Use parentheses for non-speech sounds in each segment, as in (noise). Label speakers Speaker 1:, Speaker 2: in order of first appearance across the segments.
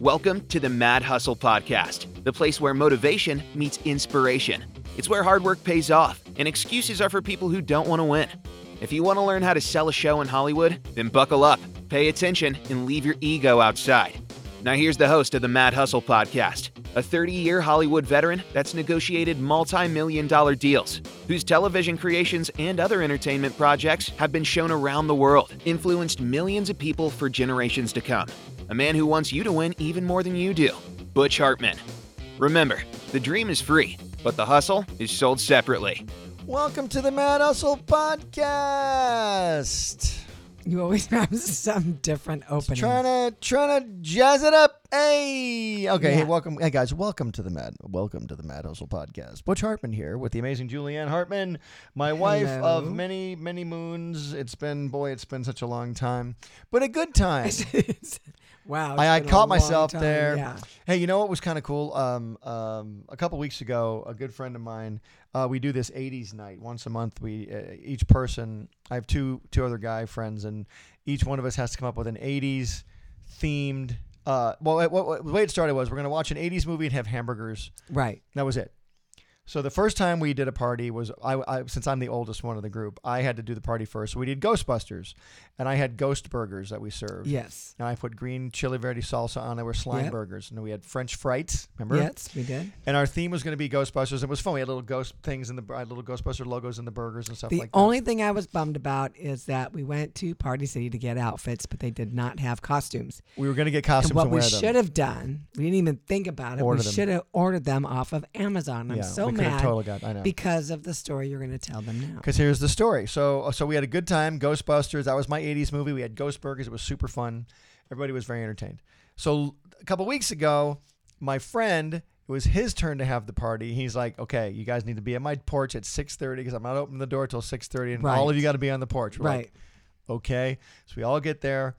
Speaker 1: Welcome to the Mad Hustle Podcast, the place where motivation meets inspiration. It's where hard work pays off and excuses are for people who don't want to win. If you want to learn how to sell a show in Hollywood, then buckle up, pay attention, and leave your ego outside. Now, here's the host of the Mad Hustle Podcast, a 30 year Hollywood veteran that's negotiated multi million dollar deals, whose television creations and other entertainment projects have been shown around the world, influenced millions of people for generations to come. A man who wants you to win even more than you do, Butch Hartman. Remember, the dream is free, but the hustle is sold separately.
Speaker 2: Welcome to the Mad Hustle Podcast.
Speaker 3: You always (laughs) have some different opening.
Speaker 2: Trying to trying to jazz it up. Hey, okay. Hey,
Speaker 3: Yeah.
Speaker 2: welcome, hey guys. Welcome to the Mad. Welcome to the Mad Hustle Podcast. Butch Hartman here with the amazing Julianne Hartman, my wife of
Speaker 3: Hello.
Speaker 2: many many moons. It's been boy, it's been such a long time, but a good time.
Speaker 3: (laughs) wow. it's
Speaker 2: I, I
Speaker 3: been a
Speaker 2: caught
Speaker 3: long
Speaker 2: myself
Speaker 3: time.
Speaker 2: there.
Speaker 3: Yeah.
Speaker 2: Hey, you know what was kind of cool? Um, um, a couple weeks ago, a good friend of mine. Uh, we do this '80s night once a month. We uh, each person. I have two two other guy friends, and each one of us has to come up with an '80s themed. Uh, well, it, what, what- the way it started was we're gonna watch an '80s movie and have hamburgers.
Speaker 3: Right.
Speaker 2: That was it. So the first time we did a party was I, I since I'm the oldest one of the group, I had to do the party first. So we did Ghostbusters, and I had ghost burgers that we served.
Speaker 3: Yes.
Speaker 2: And I put green chili verde salsa on. They were slime
Speaker 3: Yep.
Speaker 2: burgers. And we had French frites. Remember?
Speaker 3: Yes, we did.
Speaker 2: And our theme was going to be Ghostbusters. It was fun. We had little ghost things in the I had little Ghostbuster logos in the burgers and stuff
Speaker 3: The
Speaker 2: like that.
Speaker 3: only thing I was bummed about is that we went to Party City to get outfits, but they did not have costumes.
Speaker 2: we were going to get costumes
Speaker 3: and
Speaker 2: and,
Speaker 3: what we
Speaker 2: wear
Speaker 3: should
Speaker 2: them.
Speaker 3: have done, we didn't even think about it.
Speaker 2: Order
Speaker 3: we
Speaker 2: them.
Speaker 3: should have ordered them off of Amazon. I'm
Speaker 2: Yeah,
Speaker 3: so
Speaker 2: we could have
Speaker 3: mad
Speaker 2: totally got- I know.
Speaker 3: because of the story you're going to tell them now.
Speaker 2: Because here's the story. So uh, so we had a good time. Ghostbusters. That was my '80s movie. We had Ghost Burgers. It was super fun. Everybody was very entertained. So a couple weeks ago, my friend. It was his turn to have the party. He's like, "Okay, you guys need to be at my porch at 6:30 because I'm not opening the door till 6:30, and all
Speaker 3: Right.
Speaker 2: of you got to be on the porch." We're like,
Speaker 3: Right.
Speaker 2: Okay. So we all get there.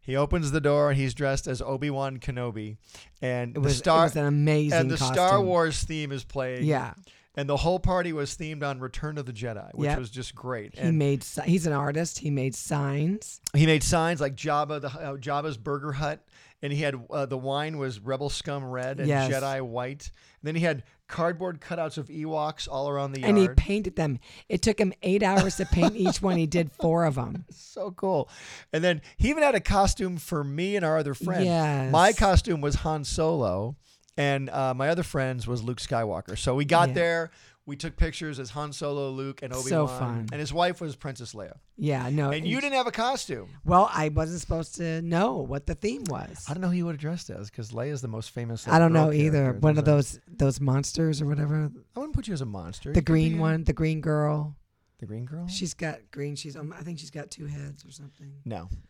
Speaker 2: He opens the door and he's dressed as Obi Wan Kenobi, and
Speaker 3: It was,
Speaker 2: the Star
Speaker 3: it was an amazing
Speaker 2: and the
Speaker 3: costume.
Speaker 2: Star Wars theme is playing.
Speaker 3: Yeah.
Speaker 2: and the whole party was themed on Return of the Jedi, which
Speaker 3: Yep.
Speaker 2: was just great.
Speaker 3: he
Speaker 2: And
Speaker 3: made. si- He's an artist. He made signs.
Speaker 2: he made signs like Jabba the uh, Jabba's Burger Hut, and he had uh, the wine was Rebel Scum Red and
Speaker 3: Yes.
Speaker 2: Jedi White. And then he had cardboard cutouts of Ewoks all around the yard.
Speaker 3: and he painted them. It took him eight hours to paint each one. He did four of them.
Speaker 2: so cool. And then he even had a costume for me and our other friend.
Speaker 3: Yes.
Speaker 2: My costume was Han Solo, and uh, my other friend's was Luke Skywalker. So we got
Speaker 3: Yeah.
Speaker 2: there. We took pictures as Han Solo, Luke, and Obi Wan.
Speaker 3: So fun.
Speaker 2: And his wife was Princess Leia.
Speaker 3: Yeah, no.
Speaker 2: And you didn't have a costume.
Speaker 3: Well, I wasn't supposed to know what the theme was.
Speaker 2: I don't know who you would have dressed as because Leia's the most famous.
Speaker 3: I don't
Speaker 2: girl
Speaker 3: know either.
Speaker 2: character.
Speaker 3: One of
Speaker 2: There's
Speaker 3: those those monsters or whatever.
Speaker 2: a- I wouldn't put you as a monster.
Speaker 3: The
Speaker 2: You could be
Speaker 3: green
Speaker 2: a-
Speaker 3: one, the green girl.
Speaker 2: The green girl.
Speaker 3: She's got green. She's um, I think she's got two heads or something.
Speaker 2: no. She-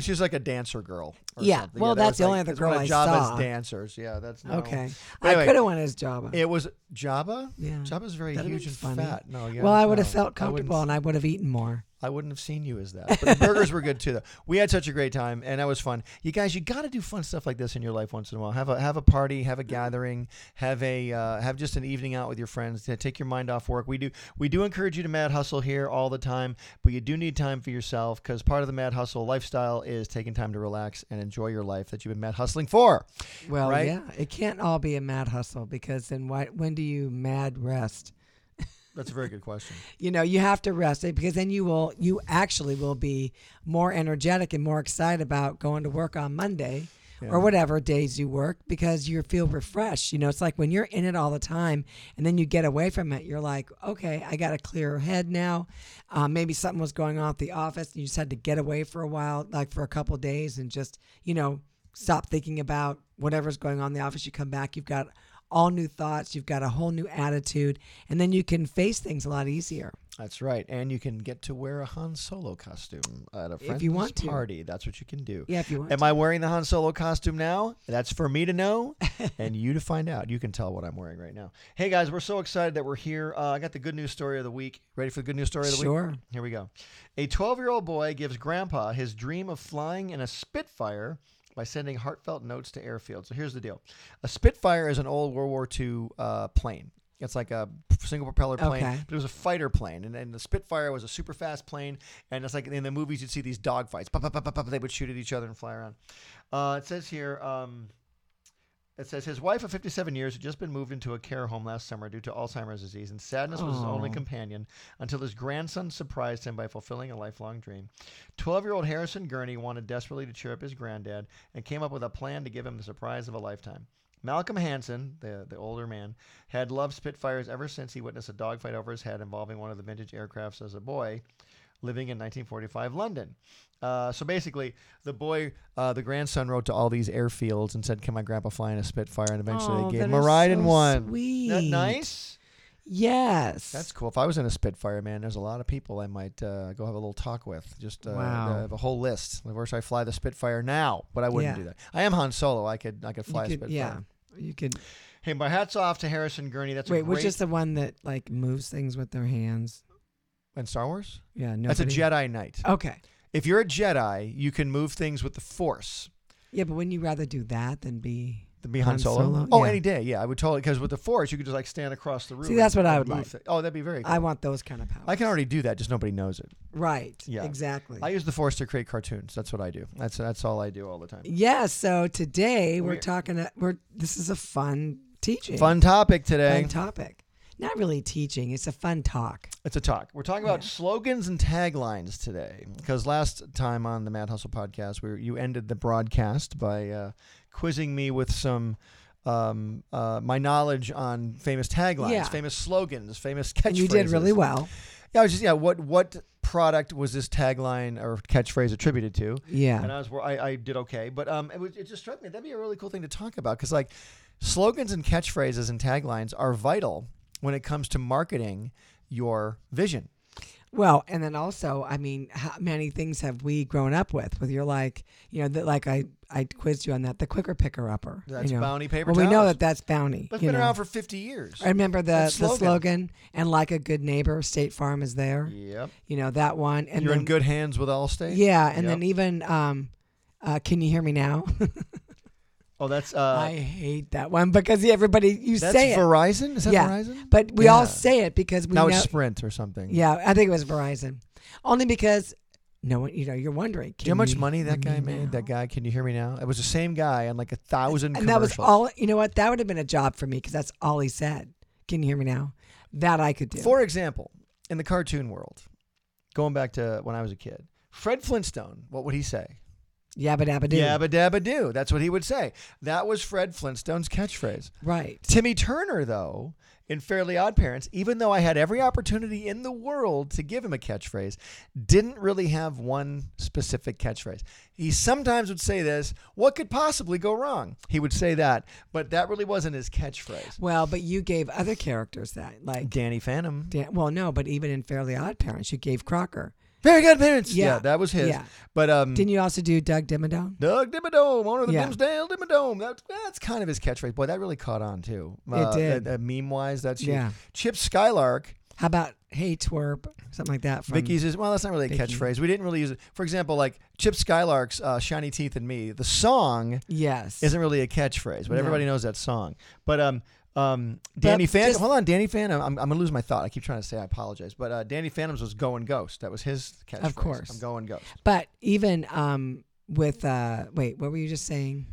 Speaker 2: She's,
Speaker 3: Okay.
Speaker 2: like a dancer girl. or
Speaker 3: Yeah,
Speaker 2: something.
Speaker 3: well,
Speaker 2: that
Speaker 3: that's
Speaker 2: was
Speaker 3: the only other
Speaker 2: that's one
Speaker 3: girl
Speaker 2: of
Speaker 3: I
Speaker 2: Jabba's
Speaker 3: saw.
Speaker 2: dancers. Yeah, that's no.
Speaker 3: Okay,
Speaker 2: But anyway,
Speaker 3: I could have went as Jabba.
Speaker 2: It was Jabba.
Speaker 3: Yeah.
Speaker 2: Jabba's very
Speaker 3: That'd
Speaker 2: huge
Speaker 3: been
Speaker 2: and
Speaker 3: funny.
Speaker 2: fat. No, yeah.
Speaker 3: well, I would have
Speaker 2: no,
Speaker 3: felt
Speaker 2: I wouldn't-
Speaker 3: comfortable and I would have eaten more.
Speaker 2: I wouldn't have seen you as that. But the burgers were good too, though. We had such a great time, and that was fun. You guys, you got to do fun stuff like this in your life once in a while. Have a have a party, have a gathering, have a uh, have just an evening out with your friends. To take your mind off work. We do we do encourage you to mad hustle here all the time, but you do need time for yourself because part of the mad hustle lifestyle is taking time to relax and enjoy your life that you've been mad hustling for.
Speaker 3: Well,
Speaker 2: Right?
Speaker 3: yeah, it can't all be a mad hustle because then why, when do you mad rest?
Speaker 2: That's a very good question.
Speaker 3: you know you have to rest it because then you will you actually will be more energetic and more excited about going to work on monday or whatever days you work because you feel refreshed you know it's like when you're in it all the time and then you get away from it you're like okay i got a clear head now uh, maybe something was going on at the office and you just had to get away for a while like for a couple of days and just you know stop thinking about whatever's going on in the office you come back you've got all new thoughts you've got a whole new attitude and then you can face things a lot easier
Speaker 2: That's right, and you can get to wear a Han Solo costume at a friend's
Speaker 3: you want to.
Speaker 2: party. That's what you can do.
Speaker 3: Yeah, if you want
Speaker 2: Am I wearing the Han Solo costume now? That's for me to know, and you to find out. You can tell what I'm wearing right now. Hey guys, we're so excited that we're here. Uh, I got the good news story of the week. Ready for the good news story of the week?
Speaker 3: Sure.
Speaker 2: Here we go. A 12 year old boy gives grandpa his dream of flying in a Spitfire by sending heartfelt notes to airfield. So here's the deal a Spitfire is an old World War II uh, plane. It's like a single propeller plane,
Speaker 3: Okay.
Speaker 2: but it was a fighter plane. And, and the Spitfire was a super fast plane. And it's like in the movies, you'd see these dogfights. Pop, pop, pop, pop, pop, They would shoot at each other and fly around. Uh, it says here. Um, It says his wife of 57 years had just been moved into a care home last summer due to Alzheimer's disease, and sadness was his only
Speaker 3: Oh.
Speaker 2: companion until his grandson surprised him by fulfilling a lifelong dream. 12 year old Harrison Gurney wanted desperately to cheer up his granddad and came up with a plan to give him the surprise of a lifetime. Malcolm Hansen, the, the older man, had loved Spitfires ever since he witnessed a dogfight over his head involving one of the vintage aircrafts as a boy living in 1945 London. Uh, so basically, the boy, uh, the grandson, wrote to all these airfields and said, "Can my grandpa fly in a Spitfire?" And eventually,
Speaker 3: Oh,
Speaker 2: they gave
Speaker 3: that
Speaker 2: him a
Speaker 3: is
Speaker 2: ride in
Speaker 3: so
Speaker 2: one.
Speaker 3: Sweet.
Speaker 2: Isn't that nice?
Speaker 3: Yes.
Speaker 2: That's cool. If I was in a Spitfire, man, there's a lot of people I might uh, go have a little talk with. Just uh,
Speaker 3: Wow.
Speaker 2: I have a whole list. Of course, I fly the Spitfire now, but I wouldn't
Speaker 3: Yeah.
Speaker 2: do that. I am Han Solo. I could I could fly
Speaker 3: you
Speaker 2: a
Speaker 3: could,
Speaker 2: Spitfire.
Speaker 3: yeah. You could
Speaker 2: Hey, my hats off to Harrison Gurney. That's
Speaker 3: wait.
Speaker 2: a great
Speaker 3: Which is the one that like moves things with their hands?
Speaker 2: and Star Wars.
Speaker 3: Yeah. Oh. Nobody.
Speaker 2: That's a Jedi Knight.
Speaker 3: Okay.
Speaker 2: If you're a Jedi, you can move things with the Force.
Speaker 3: Yeah, but wouldn't you rather do that than be?
Speaker 2: The be Han,
Speaker 3: Han
Speaker 2: Solo.
Speaker 3: Solo?
Speaker 2: Oh,
Speaker 3: Yeah.
Speaker 2: any day. Yeah, I would totally because with the force you could just like stand across the room.
Speaker 3: that's
Speaker 2: and-
Speaker 3: what I
Speaker 2: and
Speaker 3: would
Speaker 2: move
Speaker 3: like.
Speaker 2: thi- oh, that'd be very. Cool.
Speaker 3: I want those kind of powers.
Speaker 2: I can already do that, just nobody knows it.
Speaker 3: Right.
Speaker 2: Yeah.
Speaker 3: Exactly.
Speaker 2: I use the force to create cartoons. That's what I do. That's that's all I do all the time.
Speaker 3: yeah. So today we're
Speaker 2: We're-
Speaker 3: talking. a- We're this is a fun teaching.
Speaker 2: Fun topic today.
Speaker 3: Fun topic. Not really teaching. It's a fun talk.
Speaker 2: It's a talk. We're talking about slogans and taglines today because last time on the Mad Hustle podcast, we you ended the broadcast by uh, quizzing me with some um, uh, my knowledge on famous taglines,
Speaker 3: Yeah.
Speaker 2: famous slogans, famous catchphrases.
Speaker 3: And you did really well.
Speaker 2: Yeah, I was just yeah. What what product was this tagline or catchphrase attributed to? And
Speaker 3: Yeah.
Speaker 2: I was wor- I, I did okay, but um, it, was, it just struck me that'd be a really cool thing to talk about because like slogans and catchphrases and taglines are vital when it comes to marketing your vision.
Speaker 3: Well, and then also, I mean, how many things have we grown up with? With your like, you know, that like I I quizzed you on that. The quicker picker upper.
Speaker 2: That's
Speaker 3: you know.
Speaker 2: bounty paper.
Speaker 3: Well, we know
Speaker 2: towels.
Speaker 3: that that's bounty.
Speaker 2: That's
Speaker 3: you
Speaker 2: been
Speaker 3: know.
Speaker 2: around for fifty years.
Speaker 3: I remember the,
Speaker 2: That slogan.
Speaker 3: the slogan and like a good neighbor, State Farm is there.
Speaker 2: Yep.
Speaker 3: You know that one. And
Speaker 2: You're
Speaker 3: then,
Speaker 2: in good hands with Allstate.
Speaker 3: Yeah, and
Speaker 2: Yep.
Speaker 3: then even um, uh, can you hear me now?
Speaker 2: oh, that's uh,
Speaker 3: I hate that one because everybody you
Speaker 2: that's
Speaker 3: say it,
Speaker 2: Verizon. Is that
Speaker 3: Yeah.
Speaker 2: Verizon?
Speaker 3: but we
Speaker 2: Yeah.
Speaker 3: all say it because we
Speaker 2: now
Speaker 3: know.
Speaker 2: it's Sprint or something.
Speaker 3: Yeah, I think it was Verizon, only because no one, you know, you're wondering.
Speaker 2: Do you know how
Speaker 3: "Can
Speaker 2: much
Speaker 3: you
Speaker 2: money that
Speaker 3: hear
Speaker 2: guy
Speaker 3: me
Speaker 2: made?
Speaker 3: now?"
Speaker 2: That guy, can you hear me now? It was the same guy on like a thousand
Speaker 3: and that
Speaker 2: commercials.
Speaker 3: was all. You know what? That would have been a job for me because that's all he said. Can you hear me now? That I could do.
Speaker 2: For example, in the cartoon world, going back to when I was a kid, Fred Flintstone, what would he say?
Speaker 3: Yabba dabba doo.
Speaker 2: Yabba dabba doo. That's what he would say. That was Fred Flintstone's catchphrase.
Speaker 3: Right.
Speaker 2: Timmy Turner, though, in Fairly Odd Parents, even though I had every opportunity in the world to give him a catchphrase, didn't really have one specific catchphrase. He sometimes would say this, what could possibly go wrong? He would say that, but that really wasn't his catchphrase.
Speaker 3: Well, but you gave other characters that, like,
Speaker 2: Danny Phantom.
Speaker 3: Dan- well, no, but even in Fairly Odd Parents, you gave Crocker.
Speaker 2: Very good parents. Yeah,
Speaker 3: Yeah.
Speaker 2: that was his.
Speaker 3: Yeah.
Speaker 2: But um
Speaker 3: Didn't you also do Doug Dimmadome?
Speaker 2: Doug Dimmadome, owner of the
Speaker 3: Yeah.
Speaker 2: Dimsdale Dimmadome. That, that's kind of his catchphrase. Boy, that really caught on too. Uh,
Speaker 3: It did.
Speaker 2: meme wise, that's huge.
Speaker 3: Yeah.
Speaker 2: Chip Skylark,
Speaker 3: How about Hey Twerp, something like that? From,
Speaker 2: Vicky's is well. That's not really a
Speaker 3: Vicky.
Speaker 2: catchphrase. We didn't really use it. For example, like Chip Skylark's uh, "Shiny Teeth and Me." The song
Speaker 3: yes,
Speaker 2: isn't really a catchphrase, but
Speaker 3: No.
Speaker 2: everybody knows that song. But um, um, Danny Phantom.
Speaker 3: just-
Speaker 2: hold on, Danny Phantom. I'm, I'm gonna lose my thought. I keep trying to say I apologize, but uh, Danny Phantom's was "Going Ghost." That was his catchphrase.
Speaker 3: course.
Speaker 2: I'm going ghost.
Speaker 3: but even um with uh wait, what were you just saying?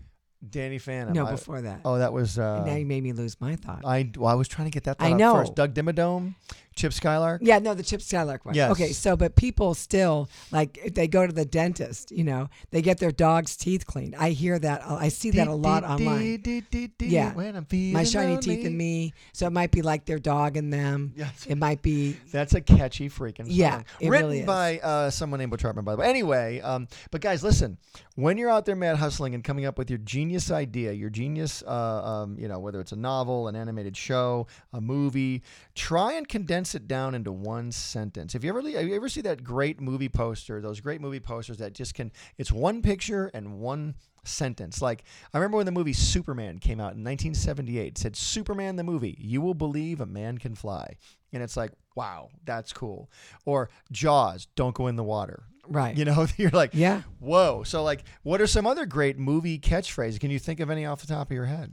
Speaker 2: Danny Phantom.
Speaker 3: no,
Speaker 2: I-
Speaker 3: before that.
Speaker 2: Oh, that was. Uh,
Speaker 3: now you made me lose my thought.
Speaker 2: I well, I was trying to get that.
Speaker 3: I
Speaker 2: thought out
Speaker 3: know.
Speaker 2: first. Doug Dimmadome, Chip Skylark.
Speaker 3: yeah, no, the Chip Skylark one.
Speaker 2: Yes.
Speaker 3: Okay, so but people still like if they go to the dentist. You know, they get their dog's teeth cleaned. I hear that. I see that a lot online. Yeah.
Speaker 2: When I'm
Speaker 3: My
Speaker 2: feeling
Speaker 3: shiny teeth
Speaker 2: lonely.
Speaker 3: and me. So it might be like their dog and them.
Speaker 2: Yes.
Speaker 3: It might be
Speaker 2: That's a catchy freaking song.
Speaker 3: Yeah, it
Speaker 2: written
Speaker 3: really is.
Speaker 2: by uh, someone named Butchartman, by the way. Anyway, um, but guys, listen. When you're out there mad hustling and coming up with your genius idea, your genius, uh, um, you know, whether it's a novel, an animated show, a movie, try and condense it down into one sentence. If you ever, have you ever see that great movie poster? Those great movie posters that just can. It's one picture and one sentence. Like I remember when the movie Superman came out in 1978. It said Superman the movie. You will believe a man can fly, and it's like wow, that's cool. Or Jaws, don't go in the water.
Speaker 3: right.
Speaker 2: You know, (laughs) you're like
Speaker 3: yeah.
Speaker 2: whoa. So like, what are some other great movie catchphrases? Can you think of any off the top of your head?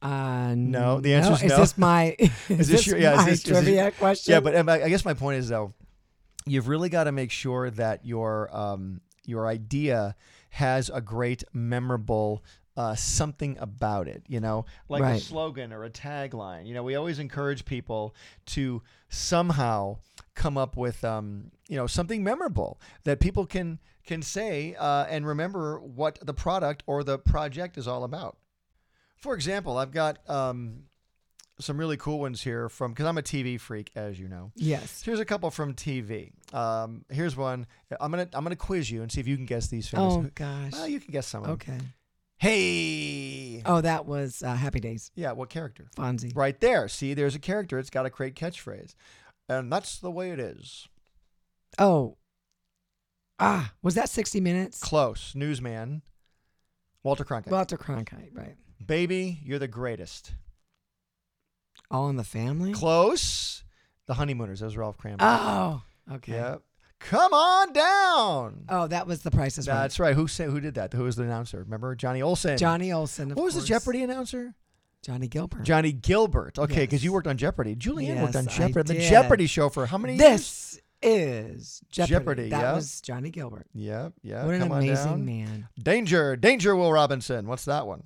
Speaker 3: Uh,
Speaker 2: No, the answer (laughs) is
Speaker 3: Is
Speaker 2: no.
Speaker 3: this my is,
Speaker 2: this
Speaker 3: this,
Speaker 2: your- yeah, is
Speaker 3: my
Speaker 2: this- is this-
Speaker 3: trivia question?
Speaker 2: Yeah, but um, I I guess my point is though, you've really got to make sure that your um, your idea has a great memorable uh, something about it, you know, like a
Speaker 3: Right.
Speaker 2: slogan or a tagline. You know, we always encourage people to somehow come up with, um, you know, something memorable that people can can say uh, and remember what the product or the project is all about. For example, I've got um, some really cool ones here from because I'm a TV freak, as you know.
Speaker 3: Yes.
Speaker 2: Here's a couple from TV. Um, here's one. I'm gonna I'm gonna quiz you and see if you can guess these things.
Speaker 3: Oh gosh.
Speaker 2: Well, you can guess some of them.
Speaker 3: Okay.
Speaker 2: Hey.
Speaker 3: Oh, that was uh, Happy Days.
Speaker 2: Yeah. What character?
Speaker 3: Fonzie.
Speaker 2: Right there. See, there's a character. It's got a great catchphrase, and that's the way it is.
Speaker 3: Oh. Ah, was that 60 Minutes?
Speaker 2: Close. Newsman. Walter Cronkite.
Speaker 3: Walter Cronkite, right.
Speaker 2: Baby, you're the greatest.
Speaker 3: All in the Family?
Speaker 2: Close. The Honeymooners. That was Ralph Kramer.
Speaker 3: oh, okay.
Speaker 2: Yep. Come on down.
Speaker 3: Oh, that was The Price is Right.
Speaker 2: That's right. Who say, who did that? Who was the announcer? Remember Johnny Olson?
Speaker 3: Johnny Olson. of
Speaker 2: What was the
Speaker 3: course.
Speaker 2: Jeopardy announcer?
Speaker 3: Johnny Gilbert.
Speaker 2: Johnny Gilbert. Okay, because you
Speaker 3: Yes.
Speaker 2: worked on Jeopardy. Julianne worked on
Speaker 3: Yes, I
Speaker 2: Jeopardy. The
Speaker 3: did.
Speaker 2: Jeopardy show for how many years?
Speaker 3: this is Jeopardy.
Speaker 2: Jeopardy,
Speaker 3: That
Speaker 2: yeah.
Speaker 3: was Johnny Gilbert.
Speaker 2: Yep, yeah.
Speaker 3: what an
Speaker 2: come on
Speaker 3: amazing
Speaker 2: down.
Speaker 3: man.
Speaker 2: Danger, danger, Will Robinson. What's that one?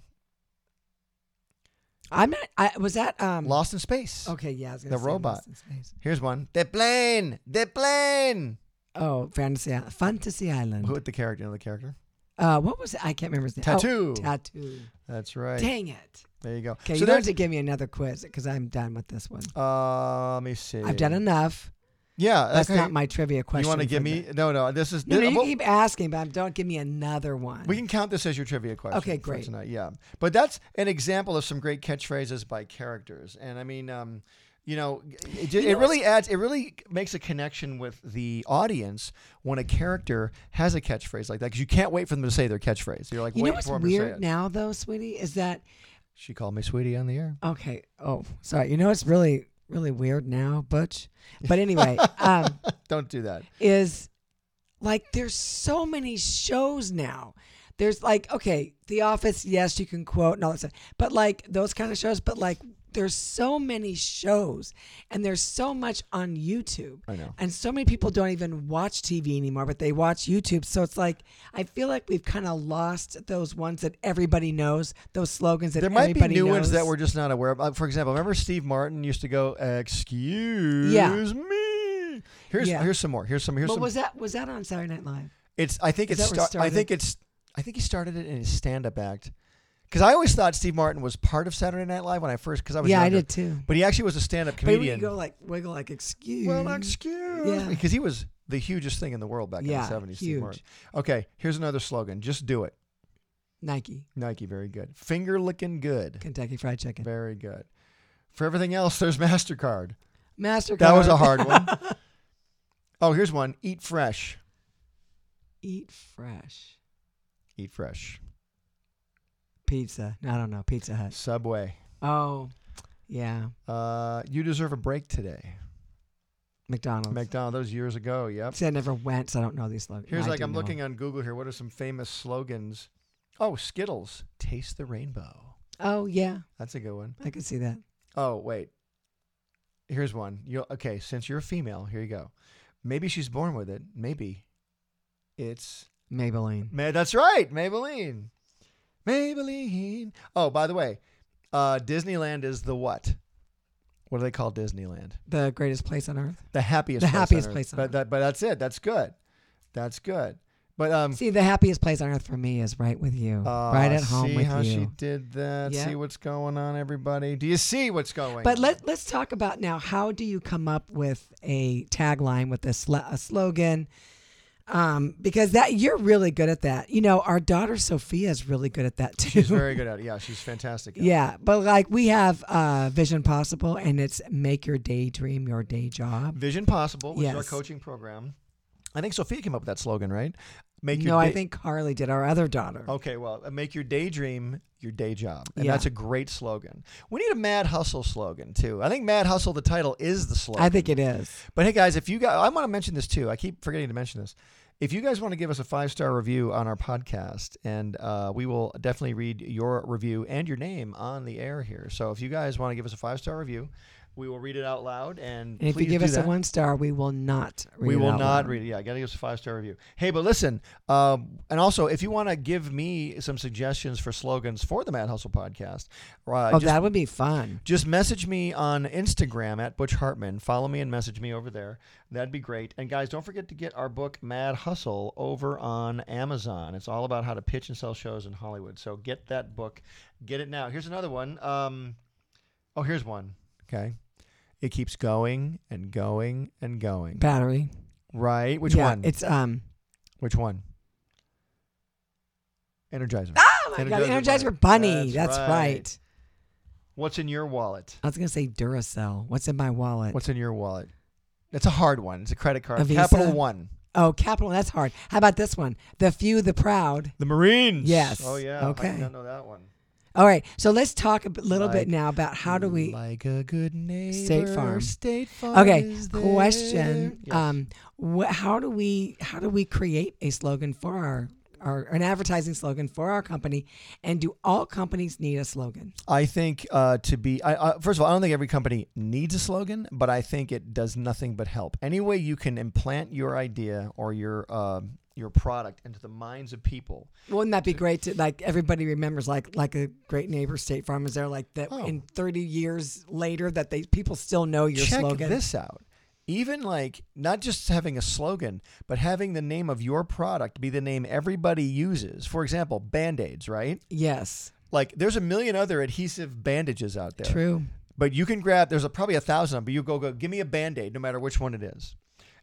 Speaker 3: I'm not. I was that um.
Speaker 2: Lost in space.
Speaker 3: Okay, yeah, I was gonna
Speaker 2: The
Speaker 3: say
Speaker 2: robot.
Speaker 3: Lost in Space.
Speaker 2: Here's one. The plane, the plane.
Speaker 3: Oh, Fantasy Island. Fantasy Island.
Speaker 2: Who the character? You know the character?
Speaker 3: Uh, what was it? I can't remember his name. Oh,
Speaker 2: Tattoo.
Speaker 3: tattoo.
Speaker 2: That's right.
Speaker 3: Dang it.
Speaker 2: There you go.
Speaker 3: Okay,
Speaker 2: so
Speaker 3: you don't have
Speaker 2: there's-
Speaker 3: to give me another quiz because I'm done with this one.
Speaker 2: uh, let me see.
Speaker 3: I've done enough.
Speaker 2: Yeah,
Speaker 3: That's
Speaker 2: okay.
Speaker 3: not my trivia question.
Speaker 2: You want to
Speaker 3: for
Speaker 2: give me?
Speaker 3: the-
Speaker 2: No, no. This is.
Speaker 3: No, no,
Speaker 2: thi-
Speaker 3: you
Speaker 2: well,
Speaker 3: keep asking, but don't give me another one.
Speaker 2: We can count this as your trivia question.
Speaker 3: Okay,
Speaker 2: for
Speaker 3: great.
Speaker 2: Tonight, yeah. But that's an example of some great catchphrases by characters, and I mean, um, you know, it, ju-
Speaker 3: You
Speaker 2: it
Speaker 3: know,
Speaker 2: really adds, it really makes a connection with the audience when a character has a catchphrase like that, because you can't wait for them to say their catchphrase. You're like,
Speaker 3: you know
Speaker 2: waiting
Speaker 3: what's
Speaker 2: for them to say
Speaker 3: weird
Speaker 2: it.
Speaker 3: now, though, sweetie, is that
Speaker 2: She called me sweetie on the air.
Speaker 3: okay? Oh, sorry. You know what's really, really weird now, Butch.
Speaker 2: (laughs)
Speaker 3: But anyway, um,
Speaker 2: Don't do that.
Speaker 3: is like there's so many shows now. There's like okay, The Office, yes, you can quote and all that stuff, but like those kind of shows. But like there's so many shows, and there's so much on YouTube.
Speaker 2: I know.
Speaker 3: And so many people don't even watch TV anymore, but they watch YouTube. So it's like I feel like we've kind of lost those ones that everybody knows, those slogans that
Speaker 2: There might be
Speaker 3: everybody
Speaker 2: new ones that
Speaker 3: knows.
Speaker 2: we're just not aware of. Uh, for example, remember Steve Martin used to go, "Excuse me." Here's
Speaker 3: Yeah.
Speaker 2: here's some more. Here's some here's
Speaker 3: But
Speaker 2: some
Speaker 3: was that was that on Saturday Night Live?
Speaker 2: It's. I think
Speaker 3: Is
Speaker 2: it's.
Speaker 3: that where it
Speaker 2: Star- I
Speaker 3: started?
Speaker 2: think it's. I think he started it in his stand-up act. Because I always thought Steve Martin was part of Saturday Night Live when I first. Because I was.
Speaker 3: yeah, I
Speaker 2: younger.
Speaker 3: did too.
Speaker 2: But he actually was a stand-up
Speaker 3: But we
Speaker 2: comedian.
Speaker 3: could go like wiggle like excuse.
Speaker 2: well, excuse.
Speaker 3: Yeah.
Speaker 2: Because he was the hugest thing in the world back in the
Speaker 3: Yeah,
Speaker 2: seventies. Steve
Speaker 3: huge.
Speaker 2: Martin. Okay, here's another slogan. Just do it.
Speaker 3: Nike,
Speaker 2: Nike, very good. Finger licking good.
Speaker 3: Kentucky Fried Chicken,
Speaker 2: Very good. For everything else, there's
Speaker 3: (laughs)
Speaker 2: Mastercard.
Speaker 3: Mastercard.
Speaker 2: That was a hard one. Oh, here's one. Eat fresh.
Speaker 3: (laughs) Eat fresh
Speaker 2: Eat fresh.
Speaker 3: pizza. No, I don't know Pizza Hut.
Speaker 2: Subway.
Speaker 3: Oh, yeah,
Speaker 2: Uh, you deserve a break today.
Speaker 3: McDonald's.
Speaker 2: McDonald. Those years ago. Yep.
Speaker 3: See, I never went, so I don't know these slogans.
Speaker 2: Here's
Speaker 3: I
Speaker 2: like
Speaker 3: do
Speaker 2: I'm
Speaker 3: know.
Speaker 2: looking on Google here. What are some famous slogans? Oh, Skittles, taste the rainbow.
Speaker 3: Oh yeah,
Speaker 2: That's a good one.
Speaker 3: I could see that.
Speaker 2: Oh wait, here's one. You okay? Since you're a female, here you go. Maybe she's born with it. Maybe it's.
Speaker 3: Maybelline.
Speaker 2: May, that's right, Maybelline. Maybelline. Oh, by the way, uh, Disneyland is the what? What do they call Disneyland?
Speaker 3: The greatest place on earth.
Speaker 2: The happiest.
Speaker 3: The
Speaker 2: place on
Speaker 3: happiest
Speaker 2: Earth.
Speaker 3: place on
Speaker 2: but
Speaker 3: Earth.
Speaker 2: that, but that's it. That's good. That's good. But um,
Speaker 3: See, the happiest place on earth for me is right with you,
Speaker 2: Uh,
Speaker 3: right at home
Speaker 2: see
Speaker 3: with
Speaker 2: how
Speaker 3: you.
Speaker 2: she did that.
Speaker 3: Yeah.
Speaker 2: See what's going on, everybody. Do you see what's going?
Speaker 3: but
Speaker 2: on?
Speaker 3: let let's talk about now. How do you come up with a tagline with a, sl- a slogan? Um, because that you're really good at that. You know, our daughter Sophia is really good at that too. (laughs)
Speaker 2: She's very good at it. Yeah, she's fantastic. at it.
Speaker 3: Yeah, but like we have uh, Vision Possible, and it's make your daydream your day job.
Speaker 2: Vision Possible, which is our
Speaker 3: Yes.
Speaker 2: coaching program. I think Sophia came up with that slogan, right? Make your
Speaker 3: no, I
Speaker 2: day-
Speaker 3: think Carly did our other daughter.
Speaker 2: Okay, well, uh, make your daydream your day job, and
Speaker 3: Yeah.
Speaker 2: that's a great slogan. We need a Mad Hustle slogan too. I think Mad Hustle, the title, is the slogan.
Speaker 3: I think it is.
Speaker 2: But hey, guys, if you guys, I want to mention this too. I keep forgetting to mention this. If you guys want to give us a five star review on our podcast, and uh, we will definitely read your review and your name on the air here. So if you guys want to give us a five star review, We will read it out loud, and,
Speaker 3: And if
Speaker 2: please
Speaker 3: you give
Speaker 2: do
Speaker 3: us
Speaker 2: that.
Speaker 3: a one star, we will not read
Speaker 2: we
Speaker 3: it
Speaker 2: will
Speaker 3: out
Speaker 2: not
Speaker 3: loud.
Speaker 2: read it. Yeah, gotta give us a five star review. Hey, but listen, um, and also if you want to give me some suggestions for slogans for the Mad Hustle podcast, uh,
Speaker 3: Oh,
Speaker 2: just,
Speaker 3: that would be fun.
Speaker 2: just message me on Instagram at Butch Hartman. Follow me and message me over there. That'd be great. And guys, don't forget to get our book Mad Hustle over on Amazon. It's all about how to pitch and sell shows in Hollywood. So get that book. Get it now. Here's another one. Um, oh, here's one. Okay. It keeps going and going and going.
Speaker 3: Battery.
Speaker 2: Right? Which
Speaker 3: Yeah,
Speaker 2: one?
Speaker 3: It's um.
Speaker 2: Which one? Energizer.
Speaker 3: Oh my god,
Speaker 2: Energizer
Speaker 3: Energizer Bunny.
Speaker 2: Bunny. That's
Speaker 3: That's,
Speaker 2: right.
Speaker 3: right.
Speaker 2: What's in your wallet?
Speaker 3: I was gonna say Duracell. What's in my wallet?
Speaker 2: What's in your wallet? That's a hard one. It's a credit card.
Speaker 3: A Visa?
Speaker 2: Capital One.
Speaker 3: oh, Capital. That's hard. How about this one? The few, the proud.
Speaker 2: The Marines.
Speaker 3: Yes.
Speaker 2: Oh yeah. I
Speaker 3: Okay.
Speaker 2: did not know that one.
Speaker 3: All right. So let's talk a b- little
Speaker 2: Like-
Speaker 3: bit now about how do we.
Speaker 2: like a good neighbor?
Speaker 3: Farm.
Speaker 2: State Farm.
Speaker 3: Okay.
Speaker 2: is there.
Speaker 3: Question.
Speaker 2: Yes.
Speaker 3: Um. Wh- how do we? How do we create a slogan for our? Our, an advertising slogan for our company, and do all companies need a slogan?
Speaker 2: I think uh, to be I, I, first of all, I don't think every company needs a slogan, but I think it does nothing but help. Any way you can implant your idea or your uh, your product into the minds of people
Speaker 3: Wouldn't that be great to like everybody remembers like like a great neighbor State Farm is there like that
Speaker 2: Oh.
Speaker 3: in 30 years later that they people still know your
Speaker 2: check
Speaker 3: slogan.
Speaker 2: this out. Even like not just having a slogan, but having the name of your product be the name everybody uses. For example, band aids, right?
Speaker 3: Yes.
Speaker 2: Like there's a million other adhesive bandages out there.
Speaker 3: True.
Speaker 2: But you can grab there's a, probably a thousand of them, but you go go give me a band aid, no matter which one it is.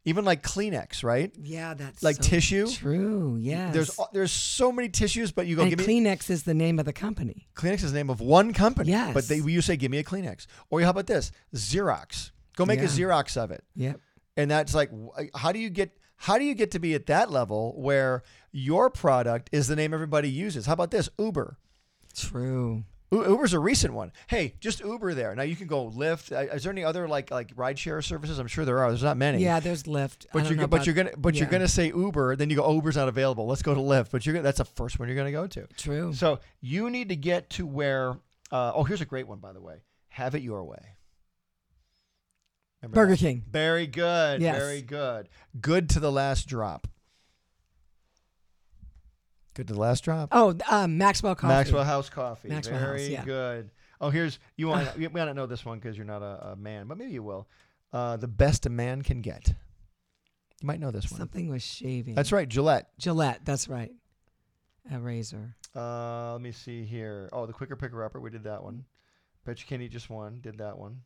Speaker 2: Even like Kleenex, right?
Speaker 3: Yeah, that's
Speaker 2: Like
Speaker 3: so
Speaker 2: tissue?
Speaker 3: True. Yes.
Speaker 2: There's there's so many tissues, but you go
Speaker 3: and
Speaker 2: give me
Speaker 3: Kleenex is the name of the company.
Speaker 2: Kleenex is the name of one company.
Speaker 3: Yes.
Speaker 2: But they you say give me a Kleenex. Or how about this? Xerox. Go make a
Speaker 3: Yeah.
Speaker 2: Xerox of it.
Speaker 3: Yep.
Speaker 2: and that's like wh- how do you get how do you get to be at that level where your product is the name everybody uses how about this uber
Speaker 3: True.
Speaker 2: U- uber's a recent one hey just uber there now you can go lyft Uh, is there any other like like rideshare services i'm sure there are there's not many
Speaker 3: Yeah, there's Lyft. I
Speaker 2: but
Speaker 3: don't
Speaker 2: you're
Speaker 3: know
Speaker 2: go- but
Speaker 3: about-
Speaker 2: you're gonna but you're
Speaker 3: yeah.
Speaker 2: gonna say Uber, then you go oh, Uber's not available. Let's go to Lyft. But you're gonna, that's the first one you're gonna go to.
Speaker 3: True.
Speaker 2: So you need to get to where. Uh, oh, here's a great one by the way. Have it your way. Remember
Speaker 3: Burger
Speaker 2: that?
Speaker 3: King.
Speaker 2: Very good.
Speaker 3: Yes.
Speaker 2: Very good. Good to the last drop. Good to the last drop.
Speaker 3: Oh, um, Maxwell Coffee.
Speaker 2: Maxwell House coffee.
Speaker 3: Maxwell
Speaker 2: Very
Speaker 3: House, yeah.
Speaker 2: good. Oh, here's you
Speaker 3: (sighs)
Speaker 2: want you might not know this one because you're not a, a man, but maybe you will. Uh, the best a man can get. You might know this one.
Speaker 3: Something was shaving.
Speaker 2: That's right, Gillette.
Speaker 3: Gillette, that's right. A razor.
Speaker 2: Uh, let me see here. Oh, the quicker picker upper. We did that one.
Speaker 3: Mm-hmm.
Speaker 2: Bet you can't eat just one. Did that one.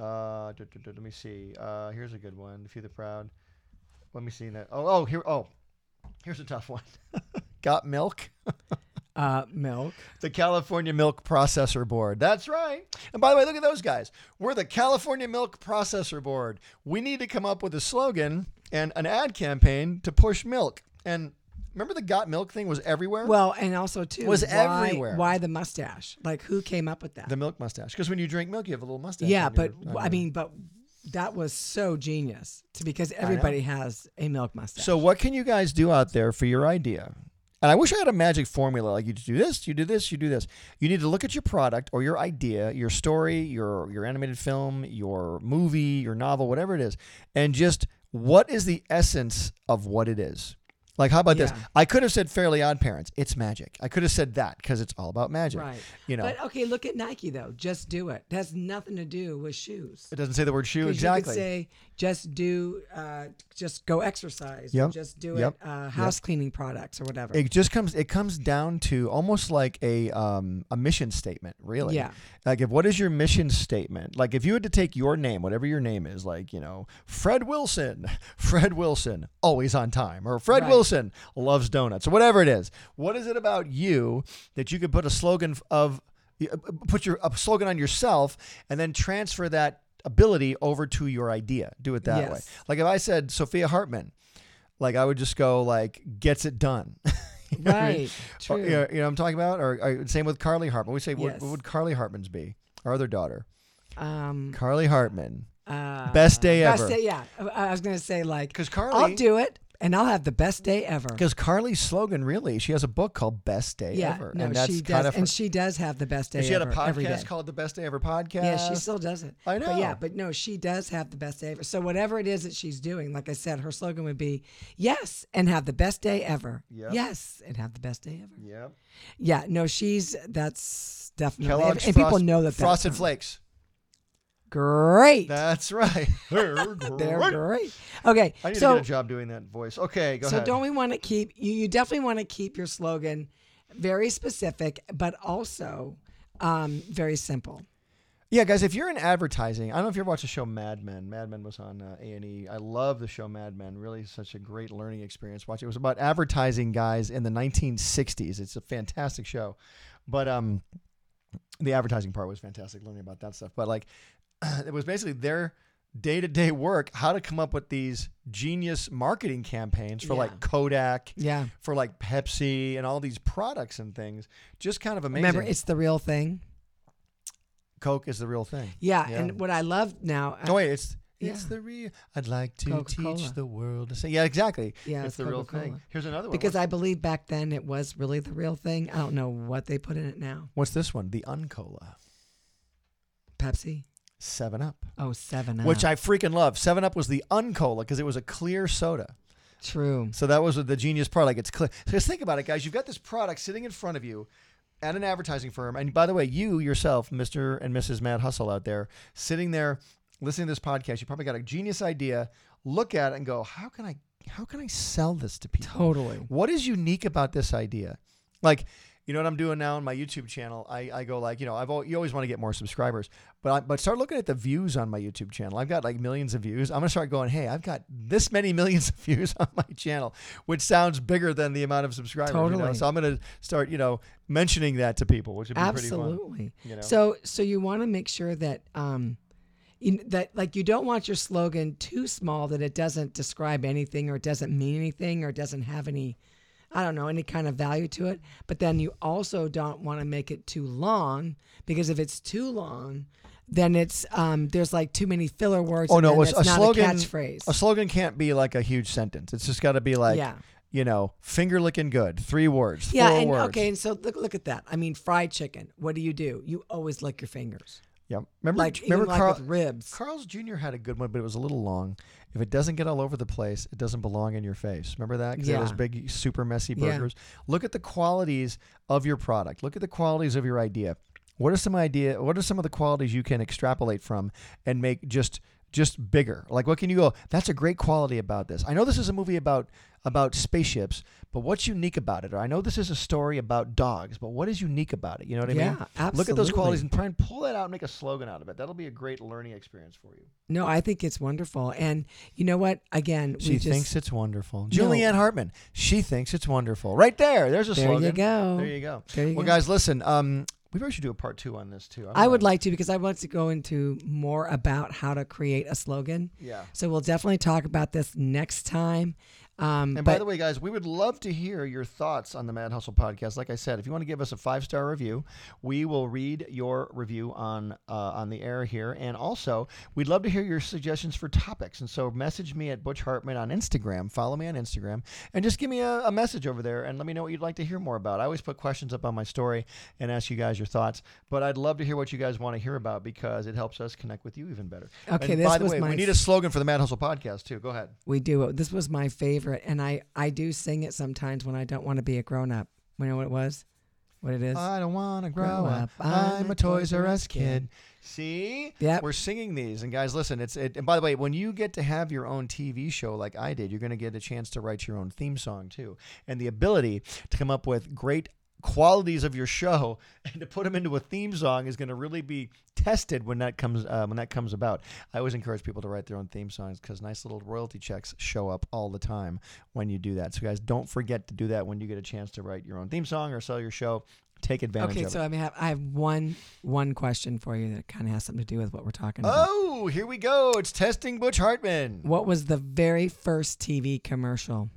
Speaker 2: Uh, duh, duh, duh, let me see. Uh, here's a good one. Few the proud. Let me see that. Oh, oh, here. Oh, here's a tough one. (laughs) Got milk.
Speaker 3: Uh, milk.
Speaker 2: The California Milk Processor Board. That's right. And by the way, look at those guys. We're the California Milk Processor Board. We need to come up with a slogan and an ad campaign to push milk. And remember the Got Milk thing was everywhere.
Speaker 3: Well, and also too
Speaker 2: Was
Speaker 3: why-
Speaker 2: everywhere.
Speaker 3: Why the mustache? Like who came up with that?
Speaker 2: The milk mustache. Because when you drink milk, you have a little mustache.
Speaker 3: yeah,
Speaker 2: on your-
Speaker 3: but
Speaker 2: on
Speaker 3: I
Speaker 2: your-
Speaker 3: mean, but that was so genius to, because everybody has a milk mustache.
Speaker 2: So what can you guys do out there for your idea? And I wish I had a magic formula. Like you do this, you do this, you do this. You need to look at your product or your idea, your story, your your animated film, your movie, your novel, whatever it is, and just what is the essence of what it is. Like how about this?
Speaker 3: Yeah.
Speaker 2: I could have said Fairly Odd Parents. It's magic. I could have said that because it's all about magic.
Speaker 3: right,
Speaker 2: You know,
Speaker 3: But okay, look at Nike though. Just do it. It has nothing to do with shoes.
Speaker 2: it doesn't say the word shoe
Speaker 3: 'Cause
Speaker 2: exactly.
Speaker 3: You could say just do, uh, just go exercise. or
Speaker 2: Yep,
Speaker 3: Just do
Speaker 2: yep,
Speaker 3: it. Uh, house cleaning products or whatever.
Speaker 2: It just comes. It comes down to almost like a um, a mission statement, really.
Speaker 3: Yeah.
Speaker 2: Like, if what is your mission statement? Like, if you had to take your name, whatever your name is, like you know, Fred Wilson, (laughs) Fred Wilson, always on time, or Fred
Speaker 3: Right.
Speaker 2: Wilson loves donuts, or whatever it is. What is it about you that you could put a slogan of, uh, put your a slogan on yourself, and then transfer that ability over to your idea? Do it that way.
Speaker 3: Yes.
Speaker 2: Like if I said Sophia Hartman, like I would just go like gets it done. (laughs) You know what I mean?
Speaker 3: right.
Speaker 2: (laughs) Or,
Speaker 3: True.
Speaker 2: you, know, you know what I'm talking about? Or, or same with Carly Hartman. We say what,
Speaker 3: Yes.
Speaker 2: what would Carly Hartman's be? Our other daughter,
Speaker 3: Um.
Speaker 2: Carly Hartman.
Speaker 3: uh,
Speaker 2: Best day
Speaker 3: best E-
Speaker 2: ever.
Speaker 3: day- yeah. I I was gonna say like
Speaker 2: Because Carly,
Speaker 3: I'll do it. and I'll have the best day ever.
Speaker 2: Because Carly's slogan, really, she has a book called Best Day
Speaker 3: Yeah,
Speaker 2: Ever.
Speaker 3: no,
Speaker 2: and that's
Speaker 3: she
Speaker 2: kind
Speaker 3: does,
Speaker 2: of
Speaker 3: and she does have the best day.
Speaker 2: she had a
Speaker 3: ever, every day.
Speaker 2: podcast called The Best Day Ever Podcast.
Speaker 3: Yeah, she still does it.
Speaker 2: I
Speaker 3: But yeah,
Speaker 2: know.
Speaker 3: but no, she does have the best day ever. So whatever it is that she's doing, like I said, her slogan would be yes and have the best day ever.
Speaker 2: Yep.
Speaker 3: Yes and have the best day ever.
Speaker 2: Yep.
Speaker 3: Yeah, no, she's that's definitely and,
Speaker 2: Kellogg's
Speaker 3: and people
Speaker 2: Frost-
Speaker 3: know that that's
Speaker 2: Frosted
Speaker 3: her.
Speaker 2: Flakes.
Speaker 3: Great.
Speaker 2: That's (laughs) right. They're great.
Speaker 3: (laughs) They're great. Okay,
Speaker 2: I need to
Speaker 3: so
Speaker 2: get a job doing that voice. Okay, go
Speaker 3: so
Speaker 2: ahead.
Speaker 3: don't we want to keep you? You definitely want to keep your slogan very specific, but also um, very simple.
Speaker 2: Yeah, guys, if you're in advertising, I don't know if you ever watched the show Mad Men. Mad Men was on uh, A&E. I love the show Mad Men. Really such a great learning experience. Watch it. It was about advertising guys in the 1960s. It's a fantastic show. But um the advertising part was fantastic learning about that stuff. But like (clears throat) it was basically their day-to-day work how to come up with these genius marketing campaigns for
Speaker 3: Yeah.
Speaker 2: like Kodak,
Speaker 3: Yeah.
Speaker 2: for like Pepsi and all these products and things. Just kind of amazing.
Speaker 3: Remember, it's the real thing.
Speaker 2: Coke is the real thing.
Speaker 3: Yeah,
Speaker 2: Yeah.
Speaker 3: and what I love now. uh,
Speaker 2: No, wait, it's it's
Speaker 3: Yeah.
Speaker 2: the real. I'd like to
Speaker 3: Coca-Cola.
Speaker 2: teach the world to say. Yeah, exactly.
Speaker 3: Yeah,
Speaker 2: it's,
Speaker 3: it's
Speaker 2: the real thing.
Speaker 3: Coca-Cola.
Speaker 2: Here's another one.
Speaker 3: Because
Speaker 2: what's,
Speaker 3: I believe back then it was really the real thing. I don't know what they put in it now.
Speaker 2: what's this one? The Uncola
Speaker 3: Pepsi.
Speaker 2: Seven Up,
Speaker 3: Oh, seven.
Speaker 2: which
Speaker 3: Up.
Speaker 2: I freaking love. Seven Up was the Uncola because it was a clear soda.
Speaker 3: true.
Speaker 2: So that was the genius part. Like it's clear. So just think about it, guys. You've got this product sitting in front of you. At an advertising firm, and by the way, you yourself, Mr. and Mrs. Matt Hustle out there, sitting there listening to this podcast, you probably got a genius idea. Look at it and go, how can I, how can I sell this to people?
Speaker 3: Totally.
Speaker 2: what is unique about this idea? Like, you know what I'm doing now on my YouTube channel? I, I go like, you know, I've al- you always want to get more subscribers, but I, but start looking at the views on my YouTube channel. I've got like millions of views. I'm gonna start going, hey, I've got this many (laughs) millions of views on my channel, which sounds bigger than the amount of subscribers. you know?
Speaker 3: Totally.
Speaker 2: So I'm gonna start, you know, mentioning that to people, which would be pretty fun.
Speaker 3: Absolutely.
Speaker 2: you know?
Speaker 3: So so you want to make sure that um you, kn- that like you don't want your slogan too small that it doesn't describe anything or it doesn't mean anything or it doesn't have any I don't know any kind of value to it. But then you also don't want to make it too long because if it's too long then it's um, there's like too many filler words.
Speaker 2: Oh
Speaker 3: and
Speaker 2: no,
Speaker 3: then
Speaker 2: a,
Speaker 3: it's
Speaker 2: a
Speaker 3: not
Speaker 2: slogan.
Speaker 3: a catchphrase.
Speaker 2: a slogan can't be like a huge sentence. It's just got to be like,
Speaker 3: Yeah.
Speaker 2: you know, finger licking good. Three words.
Speaker 3: yeah,
Speaker 2: four
Speaker 3: and
Speaker 2: words.
Speaker 3: okay, and so look look at that. I mean, fried chicken. What do you do? You always lick your fingers,
Speaker 2: Yeah. Remember,
Speaker 3: like
Speaker 2: remember
Speaker 3: even like
Speaker 2: Carl,
Speaker 3: with ribs.
Speaker 2: Carl's Jr. had a good one, but it was a little long. If it doesn't get all over the place, it doesn't belong in your face. Remember that? 'Cause they had those
Speaker 3: Yeah.
Speaker 2: big, super messy
Speaker 3: Yeah.
Speaker 2: burgers. Look at the qualities of your product. Look at the qualities of your idea. What are some idea? What are some of the qualities you can extrapolate from and make just just bigger? Like, what can you go? That's a great quality about this. I know this is a movie about about spaceships, but what's unique about it? Or I know this is a story about dogs, but what is unique about it? You know what I mean?
Speaker 3: Yeah,
Speaker 2: Look at those qualities
Speaker 3: absolutely.
Speaker 2: and try and pull that out and make a slogan out of it. That'll be a great learning experience for you.
Speaker 3: No, I think it's wonderful. And you know what? Again,
Speaker 2: She
Speaker 3: we just
Speaker 2: thinks it's wonderful. Julianne Hartman. She thinks it's wonderful. Right there. There's a
Speaker 3: There
Speaker 2: slogan.
Speaker 3: you go.
Speaker 2: There you go.
Speaker 3: There you
Speaker 2: well,
Speaker 3: go.
Speaker 2: guys, listen. Um, we probably should do a part two on this too.
Speaker 3: I would like to because I want to go into more about how to create a slogan.
Speaker 2: Yeah.
Speaker 3: So we'll definitely talk about this next time. Um,
Speaker 2: And by the way, guys, we would love to hear your thoughts on the Mad Hustle podcast. Like I said, if you want to give us a five star review, we will read your review on uh, on the air here. And also, we'd love to hear your suggestions for topics. And so, message me at Butch Hartman on Instagram. Follow me on Instagram, and just give me a, a message over there, and let me know what you'd like to hear more about. I always put questions up on my story and ask you guys your thoughts. But I'd love to hear what you guys want to hear about because it helps us connect with you even better.
Speaker 3: Okay,
Speaker 2: And
Speaker 3: this
Speaker 2: by the
Speaker 3: was
Speaker 2: way, we
Speaker 3: my-
Speaker 2: need a slogan for the Mad Hustle podcast too. Go ahead.
Speaker 3: we do. This was my favorite, and I I do sing it sometimes when I don't want to be a grown up. You know what it was? What it is?
Speaker 2: I don't want to grow up. I'm a Toys R Us kid. See?
Speaker 3: Yep.
Speaker 2: We're singing these. And guys, listen, it's it and by the way, when you get to have your own TV show like I did, you're going to get a chance to write your own theme song too. And the ability to come up with great qualities of your show (laughs) and to put them into a theme song is going to really be tested when that comes uh, when that comes about. I always encourage people to write their own theme songs cuz nice little royalty checks show up all the time when you do that. So guys, don't forget to do that when you get a chance to write your own theme song or sell your show. Take advantage
Speaker 3: okay,
Speaker 2: of
Speaker 3: so
Speaker 2: it.
Speaker 3: I mean, I have, I have one one question for you that kind of has something to do with what we're talking about.
Speaker 2: Oh, here we go. It's testing Butch Hartman.
Speaker 3: What was the very first TV commercial?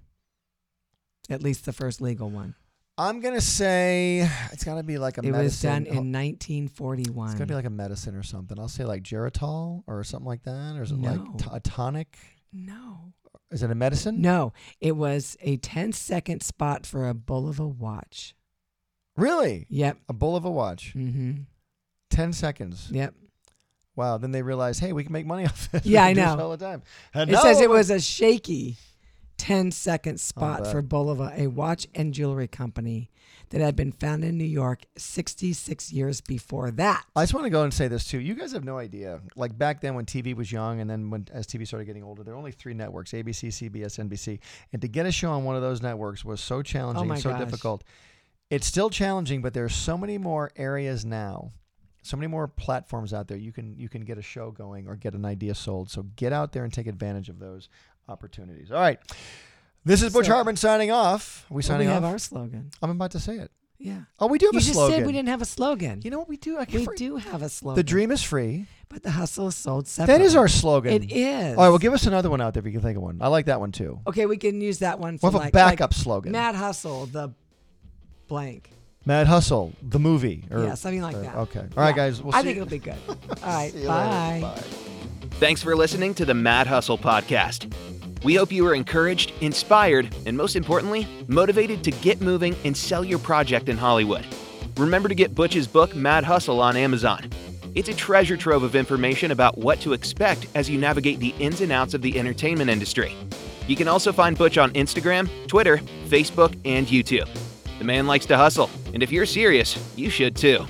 Speaker 3: At least the first legal one.
Speaker 2: I'm going to say it's got to be like a
Speaker 3: it
Speaker 2: medicine.
Speaker 3: was done
Speaker 2: Oh,
Speaker 3: in
Speaker 2: it's got to
Speaker 3: 1941.
Speaker 2: be like a medicine or something. I'll say like Geritol or something like that or is it like
Speaker 3: No.
Speaker 2: to- a tonic?
Speaker 3: no.
Speaker 2: Is it a medicine?
Speaker 3: No, it was a 10 second spot for a bull of a watch.
Speaker 2: Really?
Speaker 3: Yep.
Speaker 2: A bull of a watch.
Speaker 3: Mm-hmm.
Speaker 2: 10 seconds.
Speaker 3: Yep.
Speaker 2: Wow. Then they realize, hey, we can make money (laughs) off this.
Speaker 3: Yeah,
Speaker 2: We
Speaker 3: I
Speaker 2: do this
Speaker 3: know.
Speaker 2: all the time.
Speaker 3: It
Speaker 2: Hello.
Speaker 3: says it was a shaky 10 second
Speaker 2: I'll
Speaker 3: spot
Speaker 2: bet.
Speaker 3: for Bulova, a watch and jewelry company that had been founded in New York 66 years before that.
Speaker 2: I just want to go and say this too. You guys have no idea. Like back then when TV was young, and then when as TV started getting older, there were only three networks: ABC, CBS, NBC. And to get a show on one of those networks was so challenging,
Speaker 3: Oh my
Speaker 2: and so
Speaker 3: gosh.
Speaker 2: difficult. It's still challenging, but there's so many more areas now, so many more platforms out there. You can you can get a show going or get an idea sold. So get out there and take advantage of those opportunities. All right, this is Butch
Speaker 3: So-
Speaker 2: Hartman signing off. Are we
Speaker 3: Well, we
Speaker 2: signing
Speaker 3: have
Speaker 2: off.
Speaker 3: our slogan.
Speaker 2: I'm about to say it.
Speaker 3: Yeah.
Speaker 2: Oh, we do have
Speaker 3: You
Speaker 2: a
Speaker 3: just
Speaker 2: slogan.
Speaker 3: said we didn't have a slogan.
Speaker 2: You know what we do? I can
Speaker 3: we
Speaker 2: for-
Speaker 3: do have a slogan.
Speaker 2: The dream is free.
Speaker 3: But the hustle is sold separately.
Speaker 2: That is our slogan.
Speaker 3: It is.
Speaker 2: All right, well, give us another one out there if you can think of one. I like that one too.
Speaker 3: Okay, we can use that one for
Speaker 2: We'll have
Speaker 3: like,
Speaker 2: a backup
Speaker 3: like
Speaker 2: slogan. Mad,
Speaker 3: Mad Hustle, the blank.
Speaker 2: Hustle, the movie. Or,
Speaker 3: yeah, something like
Speaker 2: or-
Speaker 3: that.
Speaker 2: Okay. All right,
Speaker 3: Yeah.
Speaker 2: guys. We'll
Speaker 3: I
Speaker 2: see
Speaker 3: think
Speaker 2: you-
Speaker 3: it'll
Speaker 2: (laughs)
Speaker 3: be good. All right,
Speaker 2: see you later.
Speaker 3: bye.
Speaker 2: Bye.
Speaker 1: Thanks for listening to the Mad Hustle Podcast. We hope you were encouraged, inspired, and most importantly, motivated to get moving and sell your project in Hollywood. Remember to get Butch's book, Mad Hustle, on Amazon. It's a treasure trove of information about what to expect as you navigate the ins and outs of the entertainment industry. You can also find Butch on Instagram, Twitter, Facebook, and YouTube. The man likes to hustle, and if you're serious, you should too.